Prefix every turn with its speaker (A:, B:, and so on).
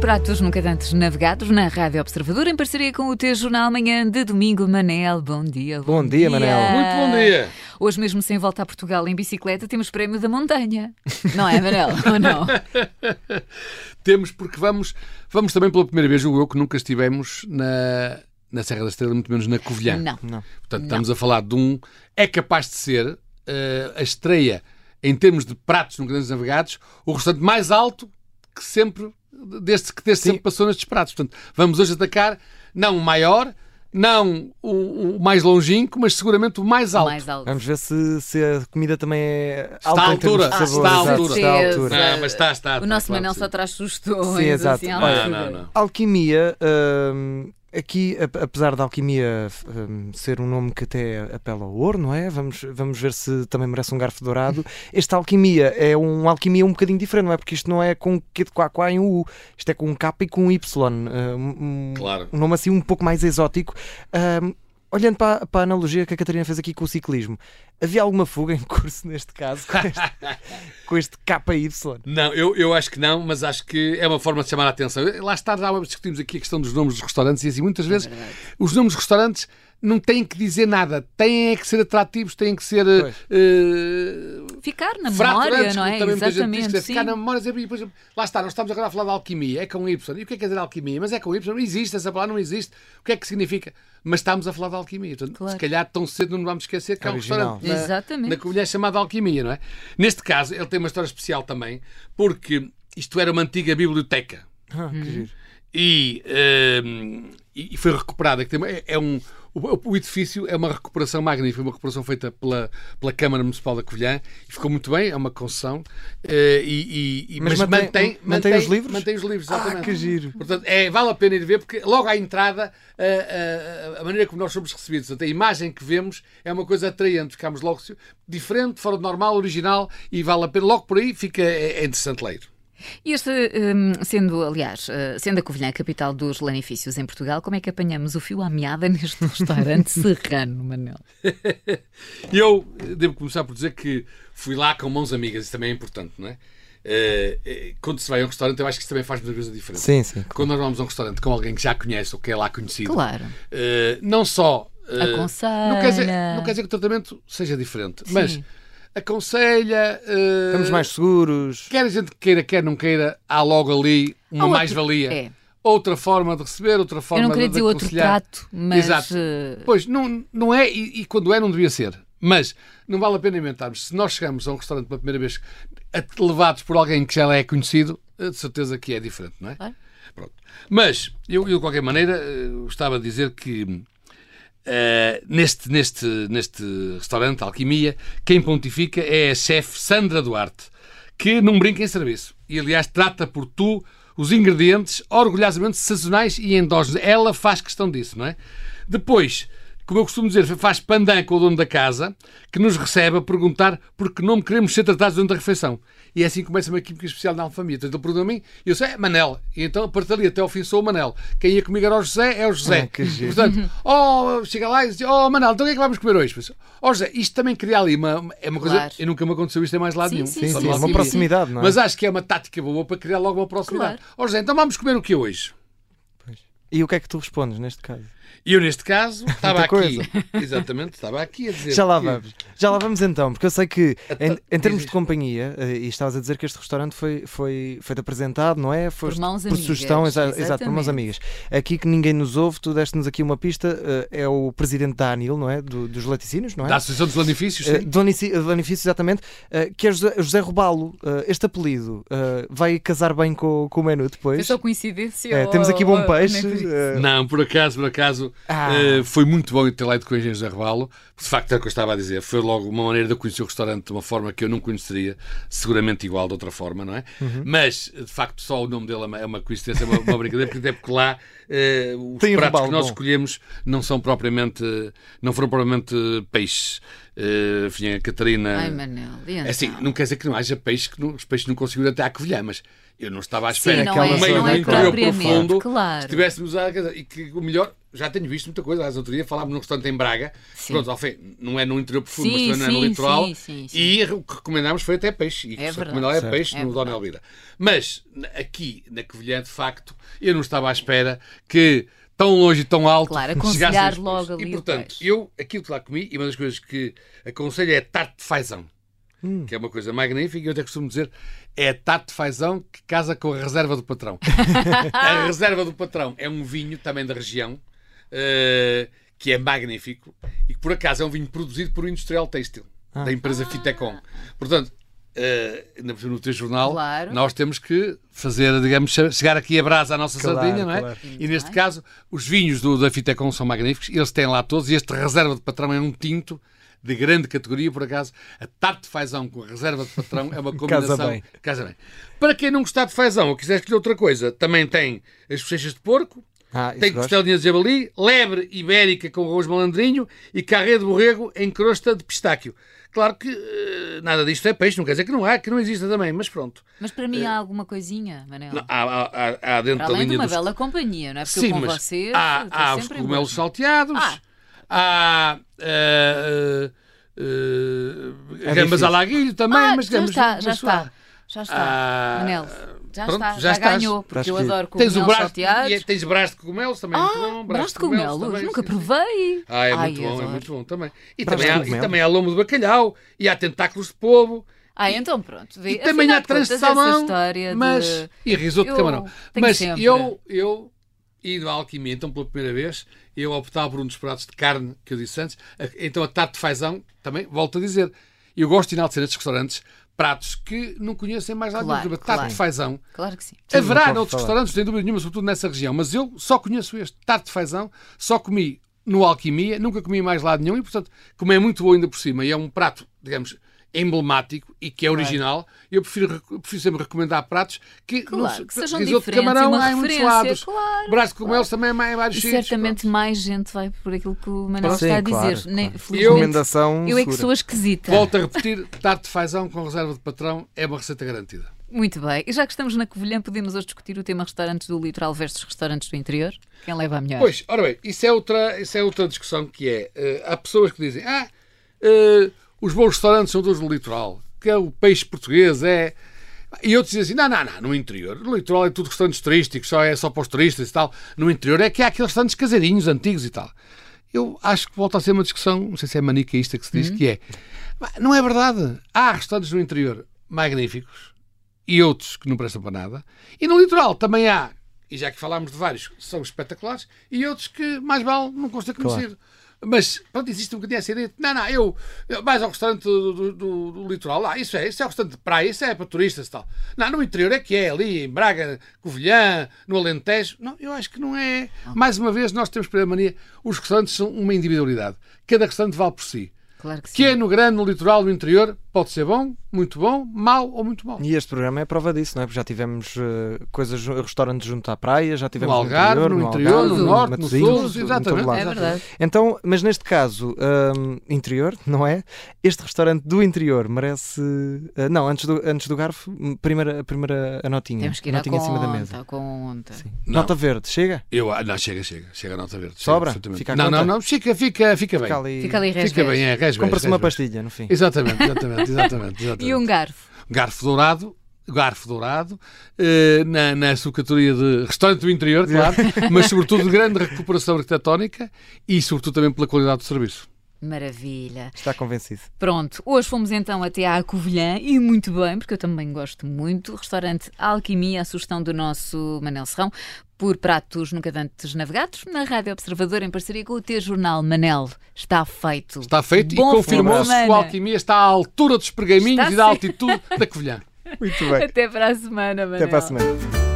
A: Pratos Nunca Dantes Navegados na Rádio Observador, em parceria com o T-Jornal Manhã de Domingo. Manel, bom dia.
B: Bom dia, Manel.
C: Muito bom
A: Ah.
C: dia.
A: Hoje mesmo sem volta a Portugal em bicicleta, temos prémio da montanha. Não é, Manel? Ou não?
C: Temos porque vamos, vamos também pela primeira vez, julgo eu, que nunca estivemos na, na Serra da Estrela, É. muito menos na Covilhã.
A: Não.
C: Portanto, estamos a falar de um. É capaz de ser eh, a estreia, em termos de pratos no Grandes Navegados, o restaurante mais alto que sempre, desde que desde sempre passou nestes pratos. Portanto, vamos hoje atacar não o maior, não o, o mais longínquo, mas seguramente o mais alto.
A: Mais alto.
B: Vamos ver se, se a comida também é
C: à
B: alta em termos
C: altura.
B: de
C: Ah,
B: sabor.
C: está à
B: Exato,
C: altura.
B: Está à
A: Certeza.
B: altura.
C: Não, Ah, mas está, está.
A: O nosso Manel só traz sugestões.
B: Sim, exato.
A: Assim, à
C: Olha,
A: altura.
C: Ah, não, não.
B: Alquimia, hum, aqui, a- apesar da alquimia hum, ser um nome que até apela ao ouro, não é? Vamos, vamos ver se também merece um garfo dourado. Esta alquimia é um alquimia um bocadinho diferente, não é? Porque isto não é com Q de quá quá em U, isto é com K e com Y. hum, um-
C: Claro.
B: Um nome assim um pouco mais exótico. Hum, Olhando para, para a analogia que a Catarina fez aqui com o ciclismo, havia alguma fuga em curso neste caso com este, com este KY?
C: Não, eu, eu acho que não, mas acho que é uma forma de chamar a atenção. Lá está, já discutimos aqui a questão dos nomes dos restaurantes e assim, muitas vezes os nomes dos restaurantes não têm que dizer nada, têm é que ser atrativos, têm que ser. eh,
B: Pois.
C: eh,
A: Ficar na memória,
C: fraturantes,
A: não é?
C: como também muita gente diz,
A: Exatamente.
C: que é
A: sim.
C: ficar na memória sempre. E depois, lá está, nós estamos agora a falar de alquimia, é com Y. E o que é que quer dizer alquimia? Mas é com Y, não existe, essa palavra não existe. O que é que significa? Mas estamos a falar de alquimia. Portanto,
A: Claro.
C: Se calhar tão cedo não vamos esquecer que é um
B: Original.
C: restaurante na,
A: Exatamente.
C: na Covilhã chamado Alquimia, não é? Neste caso, ele tem uma história especial também, porque isto era uma antiga biblioteca
B: Ah,
C: Uhum.
B: que giro.
C: e, ehm, e foi recuperada. que tem uma- é- É um, o, o edifício é uma recuperação magnífica, uma recuperação feita pela, pela Câmara Municipal da Covilhã e ficou muito bem, é uma concessão. eh, e, e- e-
B: Mas mantém- mantém os livros?
C: Mantém os livros,
B: Ah,
C: exatamente.
B: que giro.
C: Portanto, é, vale a pena ir ver, porque logo à entrada, a, a- a maneira como nós somos recebidos, portanto, a imagem que vemos é uma coisa atraente. Ficamos logo diferente, fora do normal, original e vale a pena. Logo por aí fica é, é interessante ler.
A: E este, hum, sendo, aliás, eh, sendo a Covilhã a capital dos lanifícios em Portugal, como é que apanhamos o fio à meada neste restaurante serrano, Manel?
C: E Eu eh, devo começar por dizer que fui lá com mãos amigas, isso também é importante, não é? Eh, eh, Quando se vai a um restaurante, eu acho que isso também faz muitas vezes a diferença.
B: Sim, sim.
C: Quando nós vamos a um restaurante com alguém que já conhece ou que é lá conhecido,
A: Claro.
C: eh, não só. eh,
A: Aconselha.
C: Não quer, dizer, não quer dizer que o tratamento seja diferente, mas aconselha. eh,
B: Estamos mais seguros.
C: Quer a gente queira, quer não queira, há logo ali uma
A: Há outro-
C: mais-valia.
A: é.
C: Outra forma de receber, outra
A: Eu
C: forma
A: não
C: de
A: queria
C: de
A: dizer outro
C: aconselhar.
A: prato, mas
C: Exato.
A: eh,
C: Pois, não, não é, e, e quando é, não devia ser. Mas não vale a pena inventarmos. Se nós chegamos a um restaurante pela primeira vez a- levados por alguém que já é conhecido, eh, de certeza que é diferente, não é?
A: Claro.
C: Pronto. Mas, eu, eu, de qualquer maneira, eh, gostava de dizer que eh, neste, neste, neste restaurante Alquimia, quem pontifica é a chefe Sandra Duarte, que não brinca em serviço. E, aliás, trata por tu os ingredientes orgulhosamente sazonais e endógenos. Ela faz questão disso, não é? Depois, como eu costumo dizer, faz pandan com o dono da casa, que nos recebe a perguntar por que nome queremos ser tratados durante a refeição. E é assim que começa uma química especial na alfamia. Então ele pergunta a mim, e eu sei, é Manel. E então, a partir dali até ao fim, sou o Manel. Quem ia comigo era o José, é o José.
B: Ah, que giro.
C: Portanto,
B: Uhum.
C: oh, chega lá e diz, oh, Manel, então o que é que vamos comer hoje? Mas, oh, José, isto também cria ali uma... É uma coisa...
A: Claro.
C: E nunca me aconteceu isto em mais lado
A: Sim,
C: nenhum.
A: sim,
B: Sim,
C: Só
B: sim,
C: na
B: uma
C: alfamia.
B: proximidade, não é?
C: Mas acho que é uma tática boa para criar logo uma proximidade.
A: Claro.
C: Oh, José, então vamos comer o que hoje?
B: E o que é que tu respondes neste caso?
C: E eu, neste caso, estava aqui...
B: coisa.
C: Exatamente, estava aqui a dizer...
B: Já lá
C: que-
B: vamos. Já lá vamos então, porque eu sei que em, em termos
C: diz.
B: de companhia, eh, e estavas a dizer que este restaurante foi, foi, foi apresentado, não é? Foi
A: Por mãos amigas,
B: sugestão, exa- exato, por mãos
A: exatamente.
B: amigas. Aqui que ninguém nos ouve, tu deste-nos aqui uma pista, eh, é o presidente da ANIL, não é? Do- dos laticínios, não é?
C: Da Associação dos Lanifícios,
B: Eh,
C: sim.
B: Donici- Donifício, exatamente, eh, que é José, José Robalo, eh, este apelido, eh, vai casar bem com, com o menu
A: foi
B: depois.
A: é só coincidência.
C: É,
B: Eh,
A: ou-
B: temos aqui bom
A: ou-
B: peixe.
A: nem por isso.
B: eh,
C: Não, por acaso, por acaso,
B: Ah.
C: eh, foi muito bom eu ter lido com o Engenheiro José Rebalo. De facto, é o que eu estava a dizer. Foi logo uma maneira de eu conhecer o restaurante de uma forma que eu não conheceria, seguramente igual de outra forma, não é?
B: Uhum.
C: Mas, de facto, só o nome dele é uma- é uma coincidência, é uma, uma brincadeira, porque até porque lá eh, os
B: Tem
C: pratos
B: Rebalo,
C: que nós
B: bom.
C: escolhemos não são propriamente, não foram propriamente peixes. Eh, enfim, a Catarina...
A: Ai, Manel, e
C: É assim,
A: então?
C: não quer dizer que não haja peixe que não, os peixes não conseguiram até à Covilhã, mas eu não estava à espera
A: não
C: que
B: é-
C: ao meio
B: não
C: do
B: é
C: interior
B: propriamente,
C: profundo
A: claro.
C: estivéssemos a, e que o melhor já tenho visto muita coisa. Aliás, outro dia falámos num restaurante em Braga.
A: Sim.
C: Pronto, ao fim, não é no interior profundo,
A: Sim,
C: mas também não é
A: sim,
C: no litoral.
A: sim, sim, sim.
C: E o que recomendámos foi até peixe. E o que
A: É
C: se
A: verdade.
C: recomendado é
B: Certo.
C: peixe
A: É
C: no Dona
A: verdade.
C: Elvira. Mas na- aqui, na Covilhã, de facto, eu não estava à espera que tão longe e tão alto
A: Claro,
C: chegassem os
A: aconselhar
C: peixes.
A: logo ali
C: E,
A: o
C: portanto,
A: peixe.
C: eu aquilo que lá comi, e uma das coisas que aconselho é tarte de fazão.
B: Hum.
C: Que é uma coisa magnífica, e eu até costumo dizer é tarte de fazão que casa com a reserva do patrão. A reserva do patrão é um vinho também da região eh, que é magnífico e que por acaso é um vinho produzido por um industrial têxtil da empresa Fitecon. Portanto, eh, na no teu jornal,
A: Claro.
C: nós temos que fazer, digamos, che- chegar aqui a brasa à nossa
B: Claro,
C: sardinha, não é?
B: claro.
C: E neste caso, os vinhos do- da Fitecon são magníficos, eles têm lá todos, e este reserva de patrão é um tinto. De grande categoria, por acaso, a tarte de fazão com a reserva de patrão é uma combinação
B: Casa bem.
C: Casa bem. Para quem não gostar de fazão ou quiser escolher outra coisa, também tem as bochechas de porco,
B: Ah, isso
C: tem
B: gosto.
C: costelinha de jabali, lebre ibérica com arroz malandrinho e carré de borrego em crosta de pistáquio. Claro que eh, nada disto é peixe, não quer dizer que não há, que não exista também, mas pronto.
A: Mas para mim há alguma coisa, Manel.
C: eh, Não, há, há- há- há dentro
A: para
C: da
A: além de
C: linha
A: uma
C: dos...
A: bela companhia, não é? Porque
C: Sim,
A: eu com
C: mas
A: vocês
C: há,
A: estou
C: há os
A: sempre em
C: cogumelos
A: boas.
C: salteados,
A: Ah.
C: há... eh, eh, eh, gambas
B: É difícil.
C: à laguilho também,
A: Ah,
C: mas
A: já
C: gambas
A: está,
C: mas
A: já
C: suave.
A: está. Já está.
C: Ah,
A: Manel, já
C: pronto,
A: está,
C: já
A: já,
C: estás.
A: ganhou, porque
B: Estás
A: eu
B: querido.
A: adoro
C: Tens o
A: cogumelos
C: braço,
A: salteados.
C: e tens braço de cogumelos também, é muito bom.
A: Ah, braço de cogumelos,
C: também,
A: nunca
C: sim, sim.
A: provei.
C: Ah, é
A: Ai,
C: muito bom, é
A: adoro.
C: muito bom também. E
B: Braço
C: também,
B: de
C: há, e
B: cogumelo.
C: também há lombo de bacalhau, e há tentáculos de povo,
A: Ah, então pronto. Vê.
C: e também
A: Afinal
C: há trança de
A: contas, essa
C: salmão,
A: história de-
C: mas... e risoto
A: Eu
C: de camarão.
A: tenho
C: Mas
A: sempre.
C: eu, eu, indo à alquimia, então pela primeira vez, eu optava por um dos pratos de carne que eu disse antes, A- então a tarte de fazão, também, volto a dizer, eu gosto de enaltecer nestes restaurantes pratos que não conhecem mais nada.
A: Claro,
C: nenhum. A tarte
A: claro.
C: de fazão
A: Claro que sim.
B: não
C: Haverá
B: posso
C: outros
B: falar.
C: restaurantes, sem dúvida nenhuma, sobretudo nessa região, mas eu só conheço este tarte de fazão, só comi no Alquimia, nunca comi em mais lado nenhum e, portanto, como é muito bom ainda por cima e é um prato, digamos, emblemático e que é original, eu prefiro, rec- prefiro sempre recomendar pratos que,
A: Claro,
C: se-
A: que sejam
C: risoto de
A: diferentes e
C: camarão
A: uma
C: há em muitos
A: referência,
C: lados.
A: claro,
C: Braço com cogumelos também é há em vários
A: E
C: sítios.
A: certamente mais gente vai por aquilo que o Manuel
B: Sim,
A: está a
B: claro,
A: dizer. Nem-
B: claro.
A: felizmente,
B: Recomendação
A: eu é que
B: segura.
A: sou a esquisita.
C: Volto a repetir, tarte de fazão com reserva de patrão é uma receita garantida.
A: Muito bem. E já que estamos na Covilhã, podemos hoje discutir o tema restaurantes do litoral versus restaurantes do interior? Quem leva a melhor?
C: Pois, ora bem, isso é outra, isso é outra discussão que é. eh, há pessoas que dizem, ah, eh, os bons restaurantes são todos no litoral, que é o peixe português, é. E outros dizem assim, não, não, não, no interior. No litoral é tudo restaurantes turísticos, só é só para os turistas e tal. No interior é que há aqueles restaurantes caseirinhos, antigos e tal. Eu acho que volta a ser uma discussão, não sei se é manicaísta que se diz, que é. "Mas Não é verdade. Há restaurantes no interior magníficos, e outros que não prestam para nada. E no litoral também há, e já que falámos de vários, que são espetaculares, e outros que mais vale não consta conhecido. Mas, pronto, existe um bocadinho essa ideia de, não, não, eu, eu mais ao restaurante do, do- do- do litoral, lá, isso é, isso é o restaurante de praia, isso é para turistas e tal. Não, no interior é que é, ali em Braga, Covilhã, no Alentejo, não, eu acho que não é. Mais uma vez, nós temos pela mania, os restaurantes são uma individualidade. Cada restaurante vale por si.
A: Claro que sim.
C: Que é no grande, no litoral, no interior, pode ser bom, muito bom, mau ou muito mau.
B: E este programa é a prova disso, não é? Porque já tivemos eh, coisas, ju- restaurantes junto à praia, já tivemos
C: No Algarve, no interior,
A: no
C: norte, no sul,
B: em todo
C: exatamente.
B: lado.
A: É verdade.
B: Então, mas neste caso, hum, interior, não é? Este restaurante do interior merece. ah, não, antes do, antes do garfo, hum, primeira, a primeira a notinha.
A: Temos que ir à
B: notinha em cima da mesa.
A: conta, conta.
C: Não.
B: Nota verde, chega?
C: Eu, ah, não, chega, chega. Chega a nota verde. Chega,
B: Sobra?
C: absolutamente.
B: Fica à
C: não,
B: conta?
C: não, não. Fica, fica, fica bem.
B: Fica ali.
A: Fica ali
C: Fica bem, é. Resves,
B: Compra-se uma
C: resves.
B: pastilha, no fim.
C: Exatamente, exatamente, exatamente. exatamente.
A: E um garfo.
C: Garfo dourado. Garfo dourado, eh, na, na sua categoria de restaurante do interior, claro, mas sobretudo de grande recuperação arquitetónica e sobretudo também pela qualidade do serviço.
A: Maravilha.
B: Está convencido.
A: Pronto, hoje fomos então até à Covilhã e muito bem, porque eu também gosto muito. Restaurante Alquimia, a sugestão do nosso Manel Serrão, por pratos nunca antes navegados, na Rádio Observador, em parceria com o T-Jornal. Manel, está feito.
C: Está feito
A: Bom
C: e
A: fim de
C: confirmou-se que o
A: semana.
C: Alquimia está à altura dos pergaminhos
A: Está
C: e da
A: sim.
C: altitude da Covilhã.
B: Muito bem.
A: Até para a semana, Manel.
B: Até para a semana.